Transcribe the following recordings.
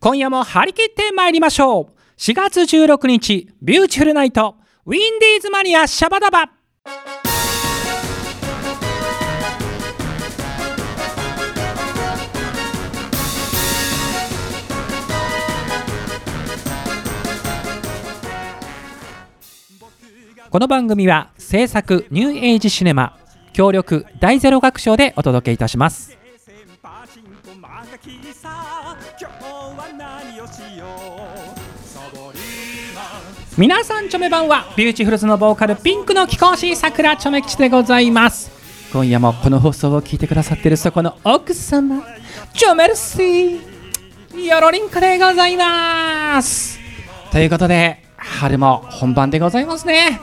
今夜も張り切ってまいりましょう4月16日ビューティフルナイトウィンディーズマニアシャバダバこの番組は制作ニューエイジシネマ協力大ゼロ学賞でお届けいたしますパチンコマガキさ今日は何をしようサボリーマ皆さんチョメ版はビューティフルズのボーカルピンクの貴公子さくらチョメ吉でございます今夜もこの放送を聞いてくださってるそこの奥様チョメルシーヨロリンクでございますということで春も本番でございますね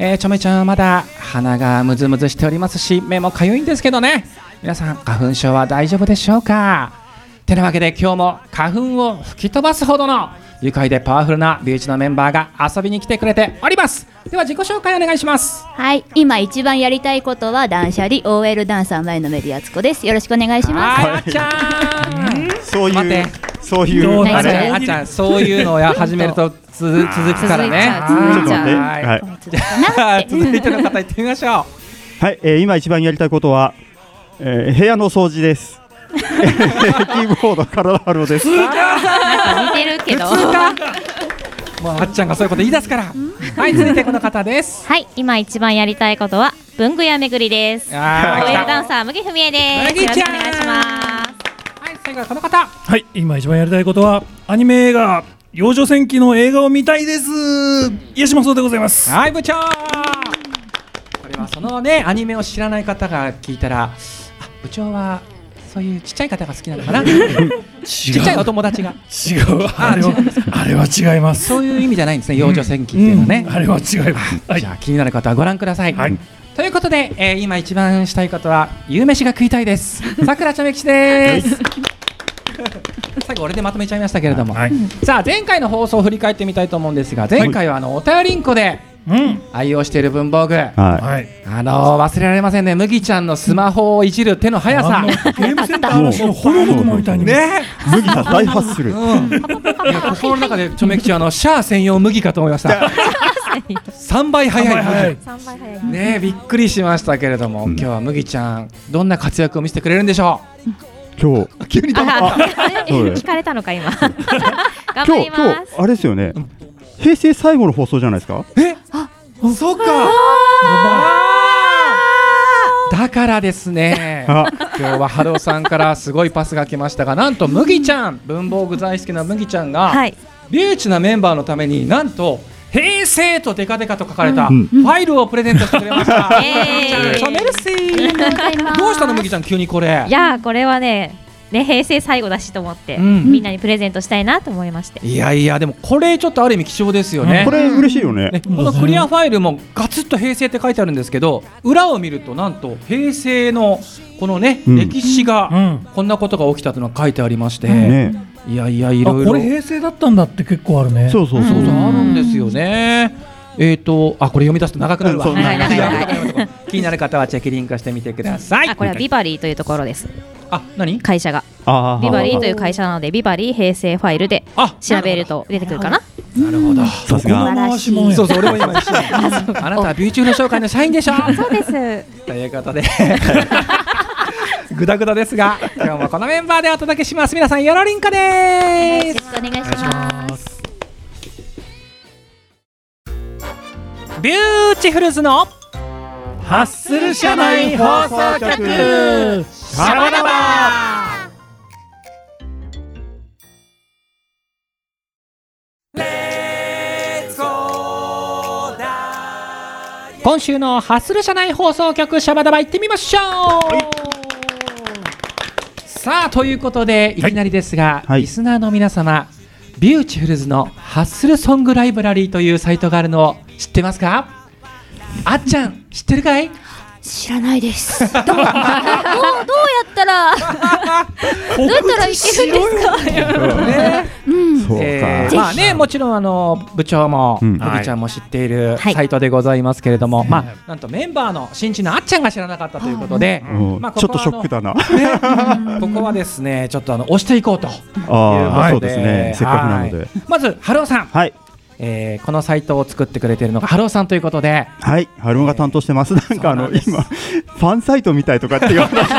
えー、ちょめちゃんはまだ鼻がムズムズしておりますし目もかゆいんですけどね皆さん花粉症は大丈夫でしょうかてなわけで今日も花粉を吹き飛ばすほどの愉快でパワフルなビューチのメンバーが遊びに来てくれておりますでは自己紹介お願いしますはい、今一番やりたいことは断捨離 OL ダンサー前のメディアツコです。よろしくお願いします。はいあっちゃんそう待いっうて、そういどう、うあなるれ、あっちゃんそういうのをや始めるとつ続くからね続いちゃうはい続くかなって続いての方行ってみましょうはい、えー今一番やりたいことは、えー部屋の掃除です。 キーボード体張るです。なんか似てるけど。はもうあっちゃんがそういうこと言い出すからはい続いてこの方ですはい、今一番やりたいことは文具屋巡りです。OL あー来たダンサー麦文江です。麦よろちしくゃおん願いします。はい最後はこの方はい、今一番やりたいことは、アニメ映画、幼女戦記の映画を見たいです。イエシマソでございます。はい部長これはそのねアニメを知らない方が聞いたらあ部長はそういうちっちゃい方が好きなの かなちっちゃいお友達が違う、あれは、あれは違います。そういう意味じゃないんですね幼女戦記っていうのはね、うんあれは違います。はいじゃあ気になる方はご覧ください、はいということで、えー今一番したいことは夕飯が食いたい ですさくらちゃめきちです 最後俺でまとめちゃいましたけれども、はい。さあ前回の放送を振り返ってみたいと思うんですが前回はあのお便りんこでうん。愛用している文房具、ははい。あのー忘れられませんね、麦ちゃんのスマホをいじる手の速 さ。ゲームセンターのその炎の雲みたいに。ね、い、麦が大発する。うん、いや心の中でちょめきちあのシャア専用麦かと思いま した。三倍はい速いはい麦。はい。ね、びっくりしましたけれども、うん今日は麦ちゃん、どんな活躍を見せてくれるんでしょ今日、う。急にあそあうだよ聞かれたのか今。頑張今日、り今ま日す。、あれですよね。平成最後の放送じゃないですか。え、そうか。あーだからです ね。あ、今日は春尾さんからすごいパスが来ましたが、なんと麦ちゃん、文房具大好きな麦ちゃんが。はい。リューチなメンバーのためになんと平成とデカデカと書かれたうフんァイルをプレゼントしてくれました。 えーチャメルシー。どうしたの麦ちゃん急にこれい。やーこれはね、ね平成最後だしと思って、うんみんなにプレゼントしたいなと思いまして。いやいやでもこれちょっとある意味貴重ですよね。これ嬉しいよねね。このクリアファイルもガツッと平成って書いてあるんですけど裏を見るとなんと平成のこのね、うん歴史うがん。こんなことが起きたというのが書いてありまして、ね、いやいやいあ、ろいろこれ平成だったんだって結構あるね。そうそうそそううそう。あるんですよね。えっ、とあこれ読み出すと長くなるわ。そう長い長い長い 気になる方はチェックリンクしてみてください。あこれはビバリーというところですあ何？会社があ。ビバリーというう会社なのでビバリー平成ファイルであ調べると出てくるかななるほど。さすが。回しもんやそうそう俺も今一 緒。あなたはビューチューの紹介の社員でしょ。そうです。ということで。ぐだぐだですが、今日もこのメンバーでお届けします。皆さん、よろりんこでよすろし。くお願いしますビューチフルズのハッスル社内放送局シャバダバ今週のハッスル社内放送局シャバダバ行ってみましょう、さあということでいきなりですが、はいリスナーの皆様ビューチフルズのハッスルソングライブラリーというサイトがあるのを知ってますかあっちゃん知ってるかい知らないです。どう どうどう やったらどうやったらいけるんですか。ね、そうかえーぜひまあねもちろんあの部長もうん小木ちゃんも知っているはいサイトでございますけれども、まあなんとメンバーの新人のあっちゃんが知らなかったということで、うんまあこちこょっはとショックだな。ここはですねちょっとあの押していこうということで、ああ、そうですね。せっかくなのはでい。まずハローさん、はい。えーこのサイトを作ってくれているのがハローさんということで、はい、春尾が担当してます。なんかあそうなのんです今ファンサイトみたいとかっていう 話になってるフ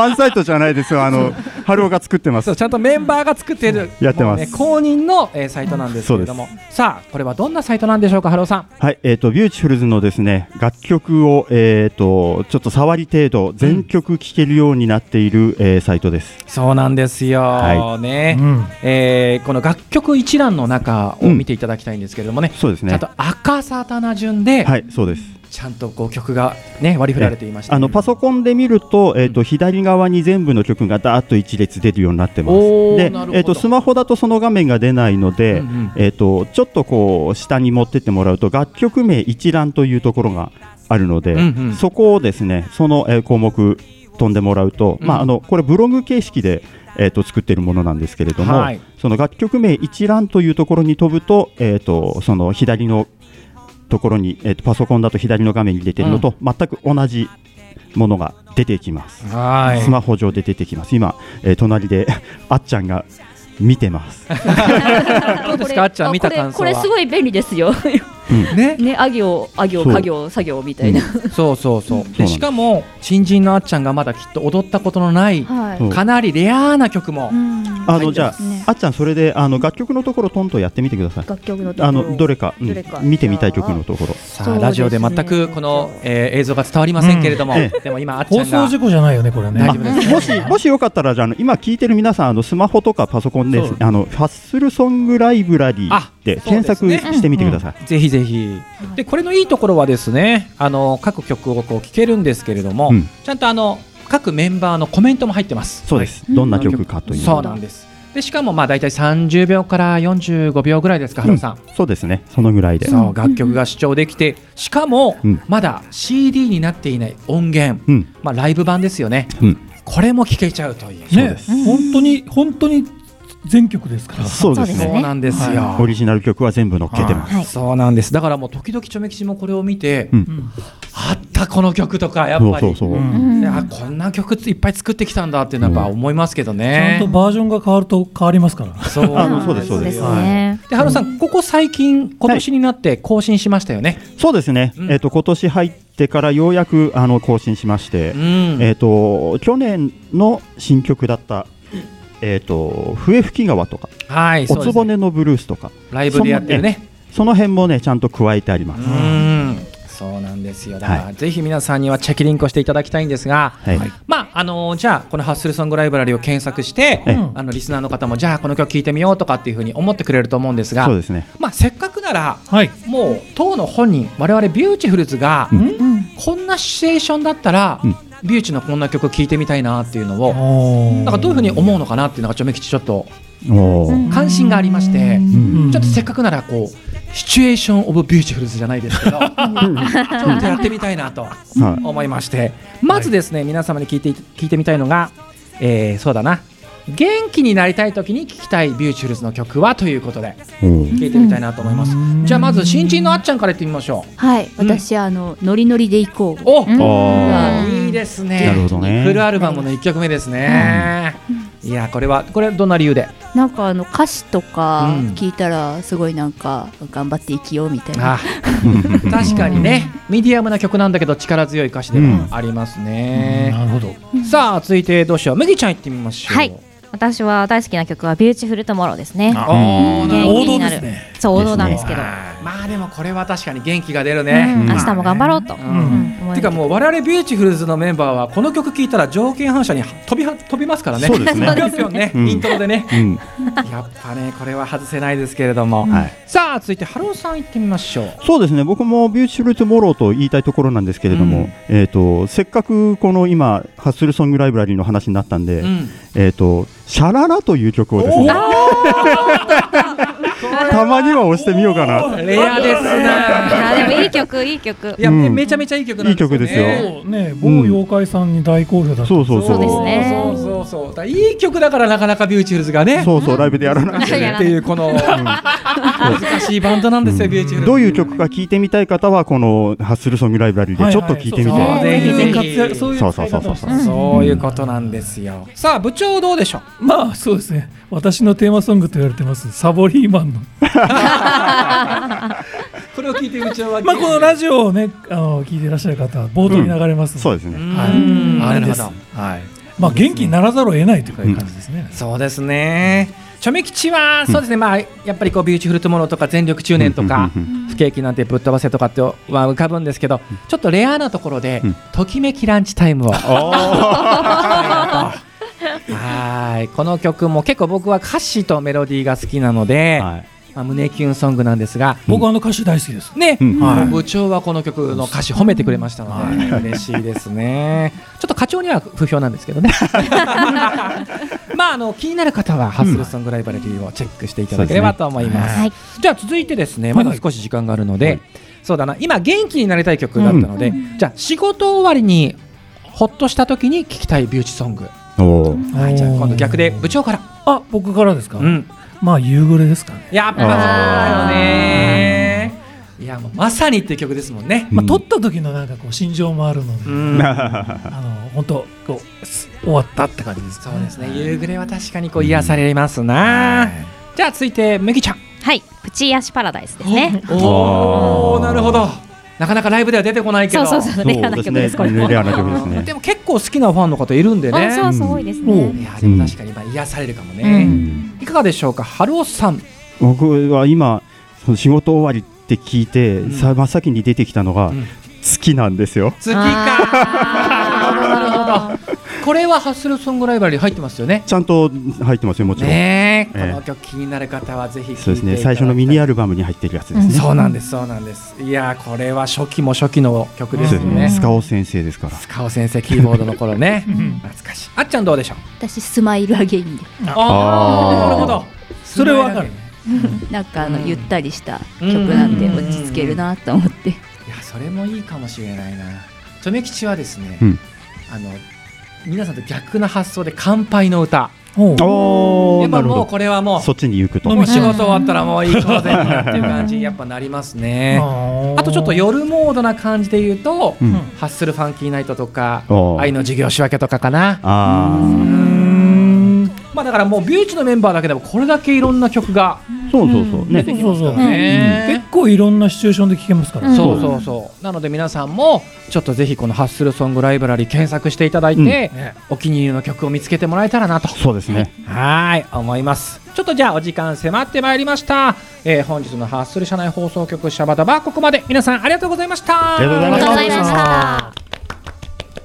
ァンサイトじゃないですよ。あの春尾が作ってまそすう。ちゃんとメンバーが作っているやってますもうね公認の、えーサイトなんですけれども、さあこれはどんなサイトなんでしょうかハローさん。はい、えっ、とビューチフルズのですね楽曲をえっ、とちょっと触り程度全曲聴けるようになっている、えーサイトです。そうなんですよ、はね、うんえーこの楽曲一覧の中を見ていただきたいんですけれどもね、そうですちゃねんと。赤さたな順で、はい、そうです。ちゃんとこう曲が、ね、割り振られていました、あのパソコンで見ると、えっ、と、左側に全部の曲がダーッと一列出るようになってます。おーでなるほ、どえっ、とスマホだとその画面が出ないので、うんうんえっ、とちょっとこう下に持ってってもらうと楽曲名一覧というところがあるので、うんうんそこをですねその、えー項目飛んでもらうと、うんまああのこれブログ形式で。えー、と作っているものなんですけれども、はいその楽曲名一覧というところに飛ぶと,、えー、とその左のところに、えー、とパソコンだと左の画面に出てるのと、全く同じものが出てきます。はいスマホ上で出てきます。今、えー隣で あっちゃんが見てます。どうですかあっちゃん見た感想これこれすはごい便利です よね、ねあ行あ行そう家業作業みたいな、そうそうそうそうなんでですしかも新人のあっちゃんがまだきっと踊ったことのないはいそうかなりレアな曲も、うんあのじゃあ、ねあっちゃんそれであの楽曲のところトンとやってみてください。楽曲のところあのどれか,、うんどれか見てみたい曲のところ。さそあうですねラジオで全くこの、えー映像が伝わりませんけれども、うんえでも今あっちゃ放んが送事故じゃないよねこれね大丈夫です、ね、もしもしよかったらじゃああの今聞いてる皆さんあのスマホとかパソコンでそうあのファッスルソングライブラリあーでそうで検す索ねしてみてください。ぜひぜひ。でこれのいいところはですね、あの各曲をこう聴けるんですけれども、うんちゃんとあの各メンバーのコメントも入ってます。そうです。どんな曲かという。そうなんです。でしかもまあだいたい30秒から45秒ぐらいですか、ハローさん。そうですね。そのぐらいで。そう楽曲が主張できて、しかも、うんまだ CD になっていない音源、うんまあライブ版ですよね。うん。これも聴けちゃうという。そうねです本当に本当に全曲ですからそうですそうですそうね。なんですよ。オリジナル曲は全部乗っけてます。はい。そうなんです。だからもう時々ちょめきちもこれを見て、うんあったこの曲とかやっそうぱそりう。そう。うんねあこんな曲いっぱい作ってきたんだっていうのはやっぱ思いますけどちゃんねと。バージョンが変わると変わりますからそうあのそうですそうですよね。で、ハロさん、ここ最近、今年になって更新しましたよね。そうですね、うんえっと今年入ってからようやくあの更新しまして、うんえっと去年の新曲だった、えっと笛吹き川とか、はい、そうおですつぼねのブルースとか、ライブでやってるね。その辺もねちゃんと加えてありまうす。ん。そうなんですよ。だから、はぜひ皆さんにはチェキリンクをしていただきたいんですが、はい、まあ、あのーじゃあ、このハッスルソングライブラリを検索して、ええあの、リスナーの方も、じゃあ、この曲聴いてみようとかっていうふうに思ってくれると思うんですがそう、ですね。まあ、せっかくなら、はいもう当の本人我々ビューティフルズが、うんんこんなシチュエーションだったら、うんビューチのこんな曲聴いてみたいなっていうのを、なんかどういうふうに思うのかなっていうのがちょめきちちょっとおー関心がありまして、うんちょっとせっかくならこうシチュエーション・オブ・ビューティフルズじゃないですけどちょっとやってみたいなとはい思いましてまずですね皆様に聞いて聞いてみたいのが、えーそうだな元気になりたい時に聴きたいビューティフルズの曲はということでおー聞いてみたいなと思います。じゃあまず新人のあっちゃんから言ってみましょう。はい、うん私あのノリノリで行こうお、うんあうんいいですね。なるほどねフルアルバムの一曲目ですね。いやこれはこれどんな理由で？なんかあの歌詞とかうん聞いたらすごいなんか頑張って生きようみたいな、あ、 確かにね。ミディアムな曲なんだけど力強い歌詞でもありますね。なるほどさあ続いてどうしよう。麦ちゃん行ってみましょう。はい私は大好きな曲はビューティフルトモローですね。あー元なるほど気王道になでする。ねそう王道なんですけど。まあでもこれは確かに元気が出るうんね。明日も頑張ろうと。んうん思いてかもう我々ビューティフルズのメンバーはこの曲聴いたら条件反射に飛びは飛びますからね。そうです ねぴょんぴょんね、うんイントロでね。うん、やっぱねこれは外せないですけれども、はいさあ続いてハローさん行ってみましょうそうですね僕も「ビューティフル・トゥ・モロー」と言いたいところなんですけれども、うんえー、とせっかくこの今ハッスルソングライブラリーの話になったんで、うんえー、とシャララという曲をですね たまには押してみようかなレアですあねーでもいい曲いい曲。いや、うんめちゃめちゃいい曲なんですよ、ね、いい曲ですよね某妖怪さんに大好評だったそうそうそうそうですねそうそうそうそうだいい曲だからなかなかビューチフルズがねそうそうライブでやらないとうねやっていうこの難しいバンドなんですよビューチフルズどういう曲か聞いてみたい方はこのハッスルソングライブラリーでちょっと聞いてみて、はいはいぜひぜぜひひぜひそういう使い方をしてますそういうことなんですよさあ部長どうでしょうまあそうですね私のテーマソングと言われてますサボリーマンのこれを聞いて部長はまあこのラジオをねあの聞いていらっしゃる方は冒頭に流れますので、そうですね、うんはいなるほどあれではいまあ元気にならざるを得ないという感じですね、そうですね。チョメ吉は、そうですね、まあ、やっぱりこうビューティフルトゥモローとか、全力中年とかうん。不景気なんてぶっ飛ばせとかって、は浮かぶんですけど、ちょっとレアなところでうん、ときめきランチタイムを。はーい、この曲も結構僕は歌詞とメロディーが好きなので、はいまあ、胸キュンソングなんですが。僕はあの歌手大好きです、ね、うんはい部長はこの曲の歌詞褒めてくれましたので、嬉しいですね。ちょっと課長には不評なんですけ どね。まあ、あの気になる方はハッスルソングライバリーをチェックしていただければと思います。はいじゃあ、続いてですね、まだ少し時間があるので、そうだな、今元気になりたい曲だったので、じゃあ仕事終わりに。ほっとした時に聴きたいビューチソング。おーはい、じゃあ今度逆で部長から。あ僕からですか、うん。まあ夕暮れですかね、やっぱそうだよね。いやもうまさにって曲ですもんね。まあ、うん撮った時のなんかこう心情もあるので、うん。あの本当こうす終わったって感じです、そうですね。夕暮れは確かにこう癒されますな。じゃあ続いて麦ちゃん。はい、プチ癒しパラダイスですね。おお、なるほど。なかなかライブでは出てこないけそど。うそうそう、レアな曲です、これも。レアな曲ですねでも結構好きなファンの方いるんでね。あ、そうそう、多いですね。いやでも確かにまあ癒されるかもね。いかがでしょうか、春尾さん。僕は今その仕事終わりって聞いて、んさ真っ先に出てきたのが、うん月なんですよ月か。あーなるほど。これはハッスルソングライバリー入ってますよね。ちゃんと入ってますよもちろん、ねえ、ええこの曲気になる方はぜひ聴いていたそうだできすたいね最初のミニアルバムに入ってるやつですね、そうなんです、そうなんです。いやー、これは初期も初期の曲ですそうよですねね。スカオ先生ですから塚尾先生、キーボードの頃 ね。懐かしい。あっちゃんどうでしょう私スマイルアゲインであーなあーるほど。それはわかる。 なんかあうのんゆったりした曲なんでうん落ち着けるなと思っていや、それもいいかもしれないな。とめきちはですね、うんあの、皆さんと逆な発想で乾杯の歌。おうおやーっなぱるもうほこれはもどそっちに行くう、と飲み仕事終わったらもういい当然になっていう感じにやっぱなりますね。あとちょっと夜モードな感じで言うと、うんハッスルファンキーナイトとか、おー愛の授業仕分けとかかな。あーまあだからもうビューチのメンバーだけでもこれだけいろんな曲がそうそうそうね、出てきますからそうそうそうね。結構いろんなシチュエーションで聞けますから、うんそうそうそうなので皆さんもちょっとぜひこのハッスルソングライブラリー検索していただいて、うんお気に入りの曲を見つけてもらえたらなとそうですねはーい思いますちょっとじゃあお時間迫ってまいりました、えー本日のハッスル社内放送局シャバダバはここまで皆さんありがとうございましたありがとうございましたありがとうございました。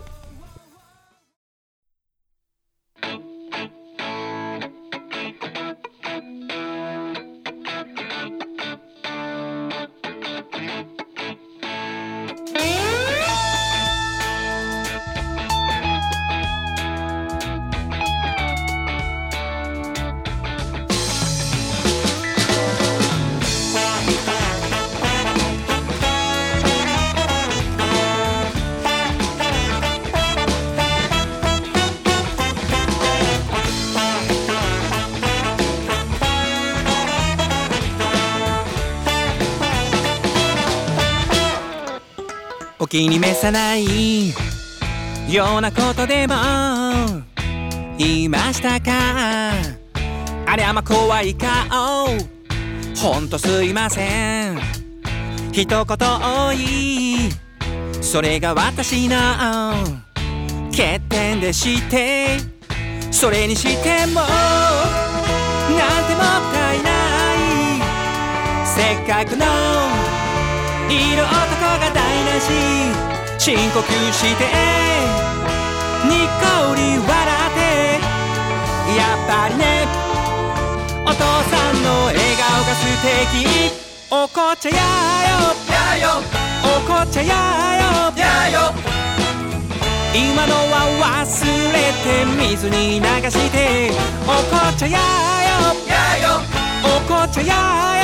お気に召さないようなことでも言いましたかあれあんま怖い顔ほんとすいません一言多いそれが私の欠点でしてそれにしてもなんてもったいないせっかくのいる男が台無し深呼吸してにっこり笑ってやっぱりねお父さんの笑顔が素敵おこ茶やよおこ茶やよ今のは忘れて水に流しておこ茶やよおこ茶や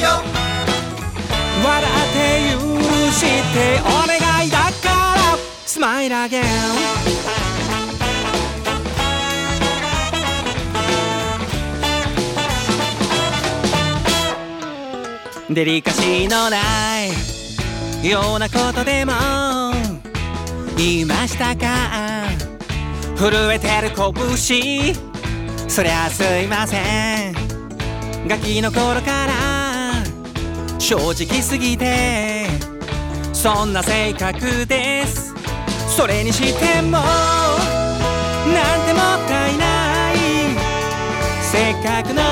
よ笑って許してお願いだからスマイル again デリカシーのないようなことでも言いましたか震えてる拳そりゃすいませんガキの頃から正直すぎてそんな性格ですそれにしてもなんてもったいないせっかくの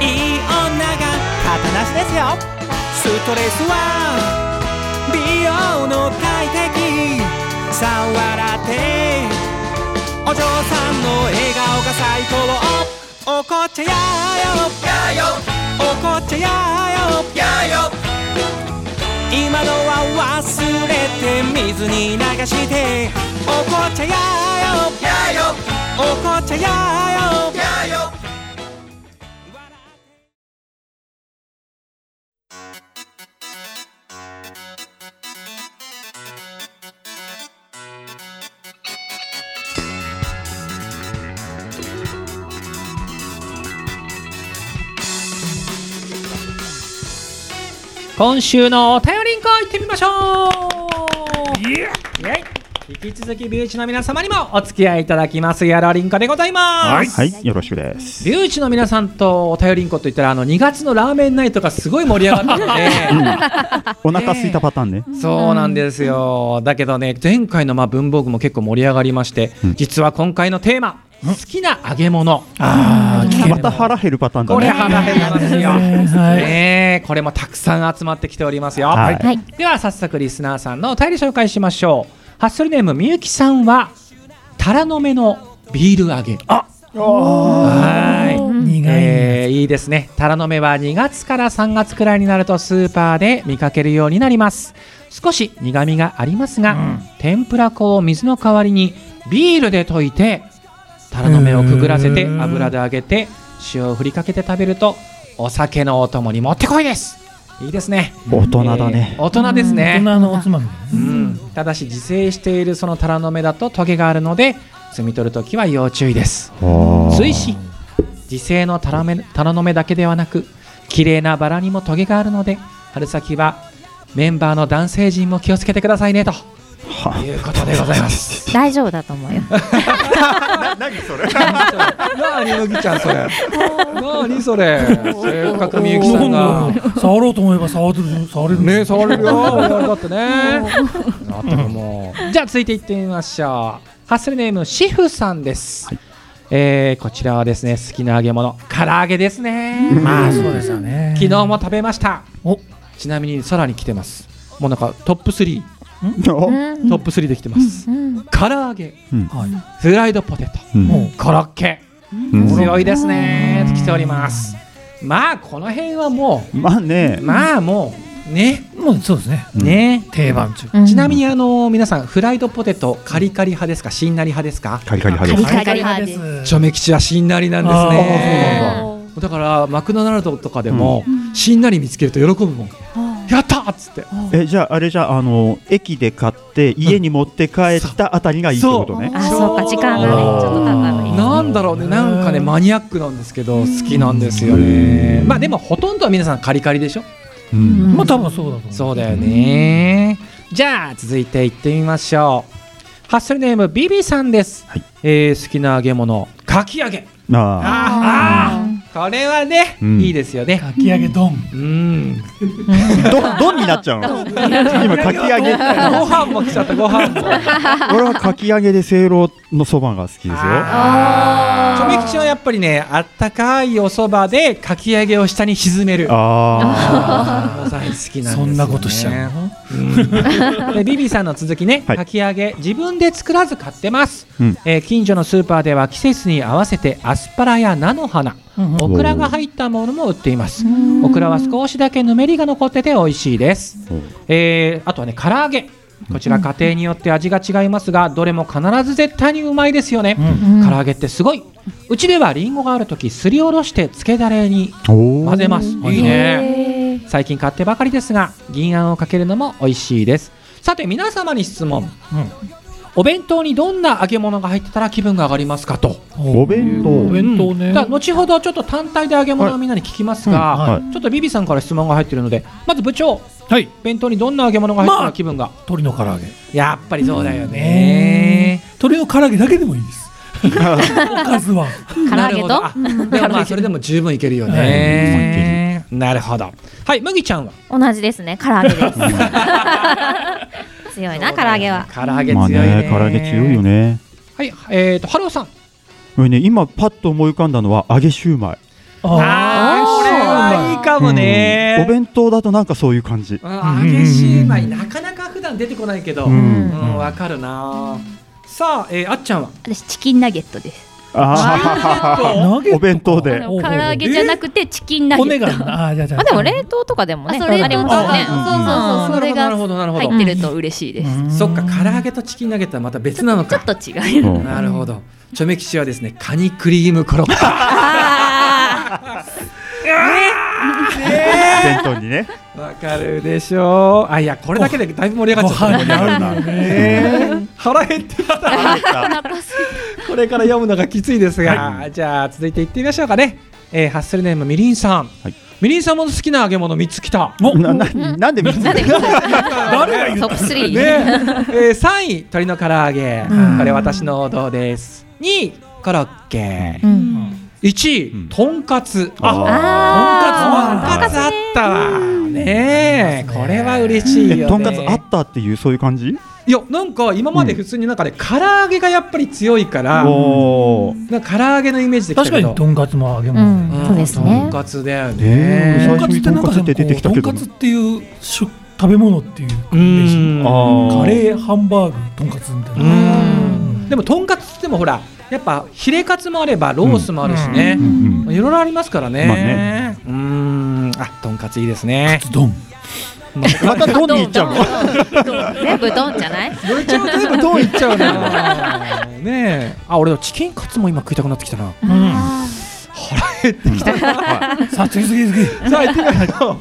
いい女が肩なしですよストレスは美容の大敵さあ笑ってお嬢さんの笑顔が最高怒っちゃやよやよ怒っちゃやよやよ今のは忘れて水に流して怒っちゃやよやよ怒っちゃやよやよ今週のお便りんこ行ってみましょういやイエイ引き続きビューチの皆様にもお付き合いいただきますやろりんこでございます、はい、よろしくです。ビューチの皆さんとお便りんこといったらあの2月のラーメンナイトがすごい盛り上がってて、お腹空いたパターンね。そうなんですよ。だけどね、前回のまあ文房具も結構盛り上がりまして、実は今回のテーマ、好きな揚げ物。あーまた腹減るパターンだこれね。腹減りますよ。はいねえこれもたくさん集まってきておりますよ。はいはい。では早速リスナーさんのお便り紹介しましょう。ハッスルネームみゆきさんは、タラの芽のビール揚げ。はい。苦い、えーいいですねタラの芽は2月から3月くらいになるとスーパーで見かけるようになります少し苦みがありますが、天ぷら粉を水の代わりにビールで溶いてタラの芽をくぐらせてうん油で揚げて塩を振りかけて食べるとお酒のお供にもってこいですいいですね大人だねえー大人ですね大人のおつまみだねうん、ただし自生しているそのタラの芽だとトゲがあるので摘み取るときは要注意ですおー追伸自生のタラメタラの芽だけではなく綺麗なバラにもトゲがあるので春先はメンバーの男性陣も気をつけてくださいねとはいうことでございます 大丈夫だと思うよ。なあにむぎちゃん それなあにそれせっかくみゆきさんが触ろうと思えば触れる触れるね触れ るよだってねだってもうじゃあ続いていってみましょうハッスルネームシフさんです、えーこちらはですね好きな揚げ物唐揚げですねまあそうですよね昨日も食べましたおちなみにさらに来てますもうなんかトップ3おトップ3で来てます、唐揚げはいフライドポテトうんもうコロッケうん強いですね来ておりますまあこの辺はもまあねう、まあもうねもうそうですねうんね、定番中ちなみにあの皆さんフライドポテトカリカリ派ですかしんなり派ですかカリカリ派カでリす。カリ派です。チョメ吉はしんなりなんですねだからマクドナルドとかでも、しんなり見つけると喜ぶもん、やったーっつってえ、じゃあ、あれじゃあ、あの、駅で買って、家に持って帰ったあたりがいいってことね。あ、そうか時間がねちょっとかかる。なんだろうねなんかねマニアックなんですけど好きなんですよねまあでもほとんどは皆さんカリカリでしょうんまあ多分そうだと思うそうだよねじゃあ続いていってみましょうハッスルネームビビさんです、はいえー好きな揚げ物かき揚げああーあーこれはね、うんいいですよねかき揚げ丼うんあ、ど、どんになっちゃうの。今、かき揚げ。ご飯も来ちゃったご飯 もチ俺はかき揚げでせいろのそばが好きですよ。ョメ吉はやっぱりねあったかいおそばでかき揚げを下に沈めるああー大好きなんですよ、ね、そんなことしちゃうの でビビさんの続きね、はいかき揚げ自分で作らず買ってます、うんえー近所のスーパーでは季節に合わせてアスパラや菜の花、うんうんオクラが入ったものも売っていますオクラは少しだけぬめりが残ってて美味しいです、うんえーあとはね唐揚げこちら家庭によって味が違いますがどれも必ず絶対にうまいですよね、唐揚げってすごいうちではリンゴがある時すりおろして漬けだれにあ。お混ーぜますいいね最近買ってばかりですが銀あんをかけるのも美味しいですさて皆様に質問、お弁当にどんな揚げ物が入ってたら気分が上がりますかと。お弁当お弁当だねから後ほどちょっと単体で揚げ物をみんなに聞きますが、はいうんはいちょっとビビさんから質問が入ってるのでまず部長はい弁当にどんな揚げ物が入ってたら気分が、鶏の唐揚げやっぱりそうだよね、鶏の唐揚げだけでもいいですおかずは唐揚げなるほどとあでもまあそれでも十分いけるよね、なるほどはい麦ちゃんは同じですね唐揚 げです強いな唐揚げは唐揚げま強あいね,、ね、唐揚げ強いよね。はいえーとハローさんこれね、今パッと思い浮かんだのは揚げシューマイ。あーこれはいいかもね、うんお弁当だとなんかそういう感じ。あ揚げシューマイなかなか普段出てこないけどううんんわかるなさあ、えー、あっちゃんは私チキンナゲットですああナゲットかお弁当あでえの唐揚げじゃなくてチキンナゲ骨ッがトあーじゃあじゃまあでも冷凍とかでもあねそれありとまかすよねあそうそうそうそれなるほがどなるほど入ってると嬉しいですそっか唐揚げとチキンナゲットはまた別なのちょかっと違ううんなるほどチョメキシはですねカニクリームコロッケ弁当にね。わかるでしょうあいやこれだけでだいぶ盛り上がっちゃったご飯に合うなね 腹減ってきたこれから読むのがきついですが、じゃあ続いていってみましょうかね、えー、ハッスルネームみりんさん、はいみりんさんも好きな揚げ物3つきたなななんで見つけた 誰トップ3、ねえー、3位鶏の唐揚げ、これ私の王道です2位コロッケ、1位、うんとんかつあとんあーかつあったわねえこれは嬉しいよねえとんかつあったっていうそういう感じ？いやなんか今まで普通になんかね、唐揚げがやっぱり強いからおお。なんか唐揚げのイメージできたけ確どかにとんかつも揚げう物んんそうですとんねかつだよねえねとんかつってなんか最初にとんかつって出てきたけどとんかつっていうしょ食べ物っていううイメージんあカレーハンバーグとんかつみたいなでもとんかつってもほらやっぱヒレカツもあればロースもあるしね、ーうんうんいろいろありますからね。まあねうーん、あ、とんかついいですね。ズドンまたどんに行っちゃうの？全部ドンじゃないどれちゃう、全部どういっちゃうな。ねえ、あ、俺チキンカツも今食いたくなってきたな。 さあ次次次さあ、行ってみましょう。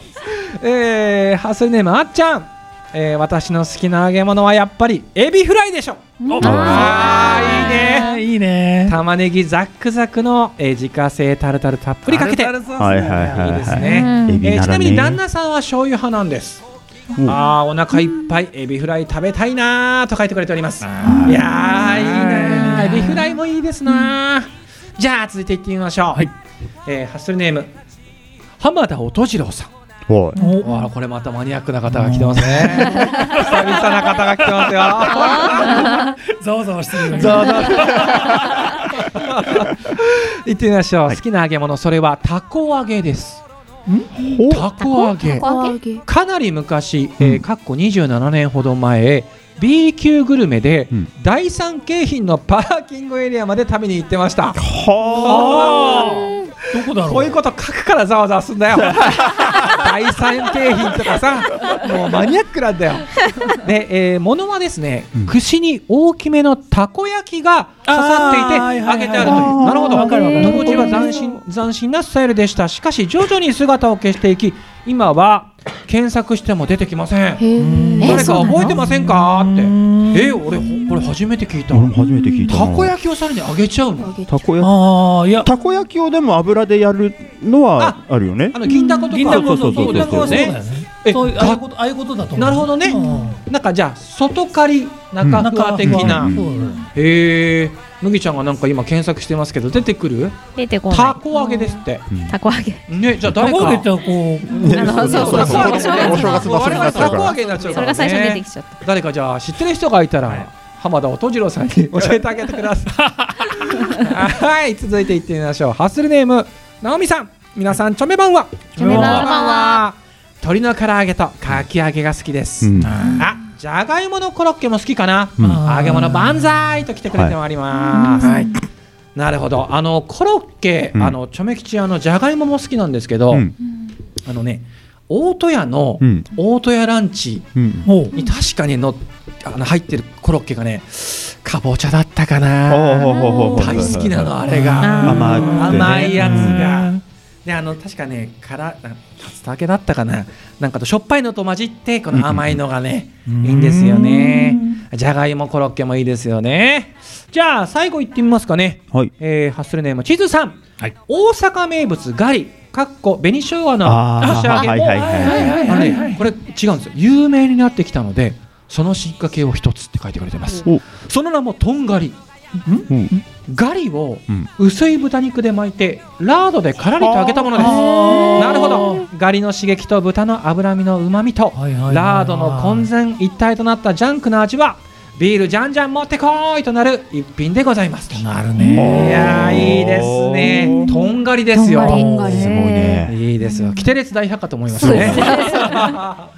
えー、ハッスルネームあっちゃん。えー、私の好きな揚げ物はやっぱりエビフライでしょ。あー、いいね。いいね玉ねぎザックザクの、えー、自家製タルタルたっぷりかけて。いいはいはいはいですはね。い。エえーちなみに旦那那さんは醤油派なんです。ああお腹いっぱいエビフライ食べたいなーと書いてくれております。いやーいいなーエビフライもいいですなー。じゃあ続いていってみましょう。えーハッスルネーム浜田音次郎さん。おいわあこれまたマニアックな方が来てますね。久々な方が来てます よ。ざわざわしてるざわざわ行ってみましょう。好きな揚げ物それはたこ揚げです。たこ揚げ。かなり昔、えー、かっこ27年ほど前 B 級グルメで、うん第三京浜のパーキングエリアまで食べに行ってましたはどこだろうこういうこと書くからざわざわすん だよ第三京浜とかさもうマニアックなんだ よで、えー、物はですね、うん串に大きめのたこ焼きが刺さっていてあーはいはいは揚いげてあるというなるほどわかるわかる当時は斬新斬新なスタイルでしたしかし徐々に姿を消していき今は検索しても出てきません誰か覚えてませんかってえ俺ほこれ初めて聞いた俺も初めて聞いたたな。こ焼きをさらに揚げちゃうのたこ焼きああいやたこ焼きをでも油でやるのはあるよねあ。の銀だことか銀だこそうそうそうそう銀だこはそうだよねえそういうああいうことああいうことだと思うなるほどねうんなんかじゃあ外刈り中ふわ的な、うんそうだねへえ麦ちゃんがなんか今検索してますけど出てくる出てこないたこ揚げですってたこ揚げねじゃあた誰こ揚げかってこうあのそうそうたこ揚げそうねお正月の我場所にな々っちゃたうかこ揚ら。げになっちゃうそかられが最初に出てねきちゃった誰かじゃあ知ってる人がいたら浜田音次郎さんに教えてあげてくだ さいはい続いていってみましょうハッスルネーム直美さん皆さんチョメ版はチョメ版はこんばんは鶏の唐揚げとかき揚げが好きです、うんあじゃがいものコロッケも好きかな、うん揚げ物万歳と来てくれております、なるほどあのコロッケ、うんあのチョメ吉あのじゃがいもも好きなんですけど、うんあのね大戸屋のうん大戸屋ランチうん。もうに確かにのあの入ってるコロッケがねかぼちゃだったかあなー大好きなのあれが甘くてね甘いやつが。であの確かねからあ竜田揚げだったかななんかとしょっぱいのと混じってこの甘いのがね、うんいいんですよねじゃがいもコロッケもいいですよねじゃあ最後行ってみますかね、はいえーハッスルネームチズさん、はい大阪名物ガリかっこ紅生姜のあー箸揚げもはいはいはいはいあのねこれ違うんですよ有名になってきたのでその進化系を一つって書いてくれてますおその名もとんがりうんガリをうん薄い豚肉で巻いてラードでからりと揚げたものですなるほどガリの刺激と豚の脂身のうまみとはいはいはいはいラードの混然一体となったジャンクな味はビールじゃんじゃん持ってこいとなる一品でございますとなるねいやーいいですねとんがりですよとんがりすごい ね。いいですよ。キテレツ大百科と思いますね。 じゃ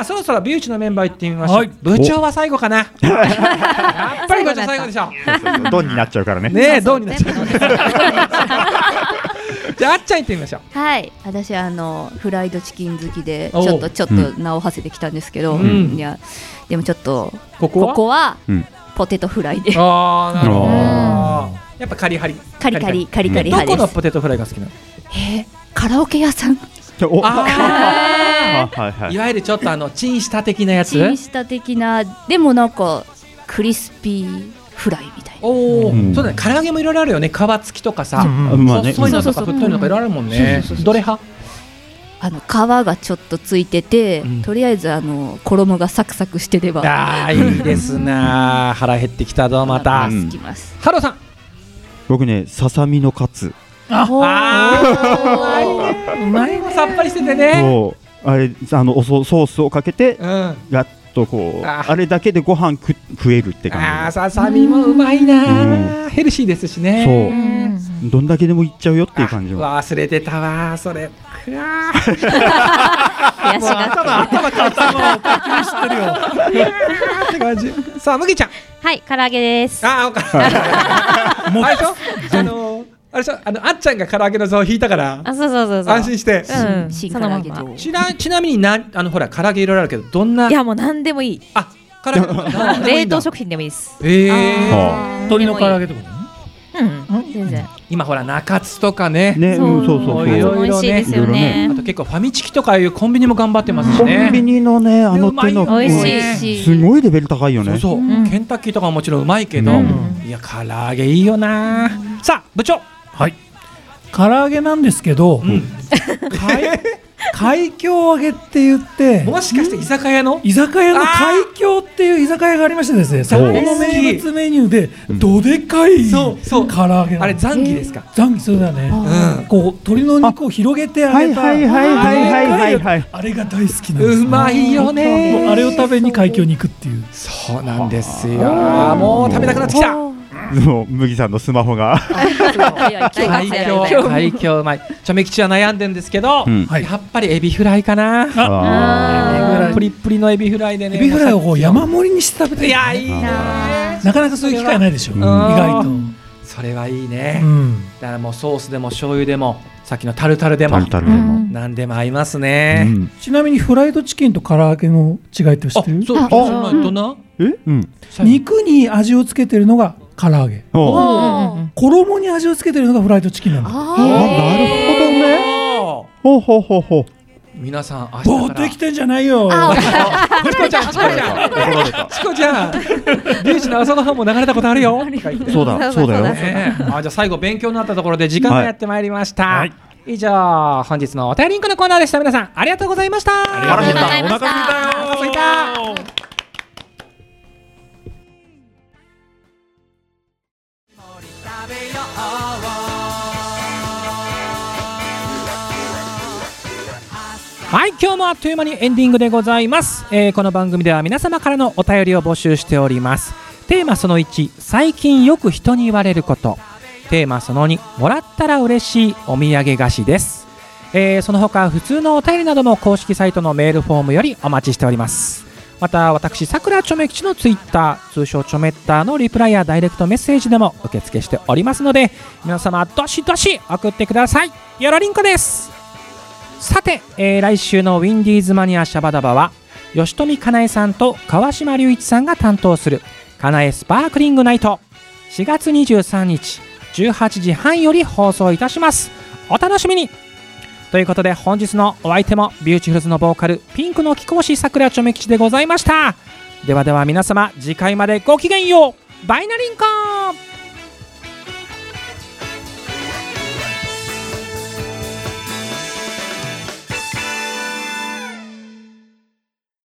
あそろそろビューチのメンバー行ってみましょう。はい部長は最後 かな。やっぱり部長最後でしょ。ドンになっちゃうからね。ねえどうになっちゃう。 じゃああっちゃん行ってみ ましょう。はい私あのフライドチキン好きでちおうょっとちょっと名を馳せてきたんですけど、うんいやでもちょっとこここは。こはうんポテトフライでああなるほどうん。やっぱカリハリ。カリカリカリカリど派こでのすポテトフライが好きなの。えーカラオケ屋さんおああはいはあ。いいわゆるちょっとあのチンした的なやチつン。した的なでもなんかクリスピーフライみたいなおお、うんそうだね。唐揚げもいろいろあるよね。皮付きとかさ。あまあね。細いのとそかうそうそう太いのとかいろいろあるもんね。どれ派？あの皮がちょっとついてて、うんとりあえずあの衣がサクサクしてればああいいですなあ腹減ってきたぞまた、あ好きます、ハローさん僕ね、ささみのカツああうまいねさっぱりしててねを、あれ、あの、おそソースをかけて、うんあやっとこう、ああれだけでご飯く食えるってあさ感さみもうまいなあヘルシーですしねそうじ。どんだけでもいっちゃうよっていう感じの。あ忘れてたわそれくわー悔しがって頭頭か頭をかきしてるよって感じ さあ麦ちゃんはい、唐揚げです。ああおかもうあれでしょあのーあれでしょあのあっちゃんが唐揚げの像を引いたからあ、そうそうそうそう。安心してうん、新そ唐のま揚んげま。とちなちなみになあのほら唐揚げいろいろあるけどどんないや、もう何でもいい。あ、唐 揚げとかなんでもいい冷んだ凍食品でもいいです。えー、は鶏の唐揚げってことねうん、全然。今ほら中津とかねあね、うんそうそういそろう。いろね美味しいですよねあ。と結構ファミチキとかいうコンビニも頑張ってますしコねンビニのね、あの手のうまいよねう美ん美味しいすごいレベル高いよそうね。そう、うんケンタッキーとかももちろんうまいけど、うんいや唐揚げいいよなさあ部長はい唐揚げなんですけどん海海峡揚げって言ってもしかして居酒屋の居酒屋のあー海峡っていう居酒屋がありましてですねそこの大好き名物メニューでどでかいそうそう唐揚げなのあれ残機ですか、残儀そうだねうんこう鶏の肉を広げて揚はいげたはいはいはいはいはいはい。あれが大好きなんですうまいよもうねあれを食べに海峡に行くっていうそうなんですよもう食べなくなってきたもう麦さんのスマホが。早い大海活躍峡海峡うまいちょめきちは悩んでんですけど、うんはいやっぱりエビフライかなあプリップリのエビフライでねエビフライをこう山盛りにして食べいてやいいななかなかそういう機会ないでしょ意ん外とそれはいいね、うんだからもうソースでも醤油でもさっきのタルタルでーもタルタルでも。何でも合いますうね、んちなみにフライドチキンと唐揚げの違いって知あってるそうそうそんなどんなえうん。肉に味をつけてるのが唐揚げおうおんーうんうん衣に味をつけてるのがフライドチキンなんだあ、なるほどね。おーほうほうほうほう。皆さん明日ぼーかでらきてんじゃないよチコちゃんチコちゃんチコちゃんリュウジの朝 ごはんも流れたことあるよとか言ってそうだ、そうだよ。ねえあじゃあ最後勉強になったところで時間がやってまいりました、はい以上本日のお便りんこのコーナーでした皆さんありがとうございました腹減ったありがとうございましたお腹すいたよはい今日もあっという間にエンディングでございます、えーこの番組では皆様からのお便りを募集しておりますテーマその1最近よく人に言われることテーマその2もらったら嬉しいお土産菓子です、えーその他普通のお便りなども公式サイトのメールフォームよりお待ちしておりますまた私さくらちょめ吉のツイッター通称ちょめったーのリプライやダイレクトメッセージでも受け付けしておりますので皆様どしどし送ってくださいよろりんこですさて、えー来週のウィンディーズマニアシャバダバは吉富かなえさんと川島隆一さんが担当するかなえスパークリングナイト4月23日18時半より放送いたしますお楽しみにということで本日のお相手もビューティフルズのボーカルピンクの貴公子桜ちょめ吉でございましたではでは皆様次回までごきげんようバイナリンカー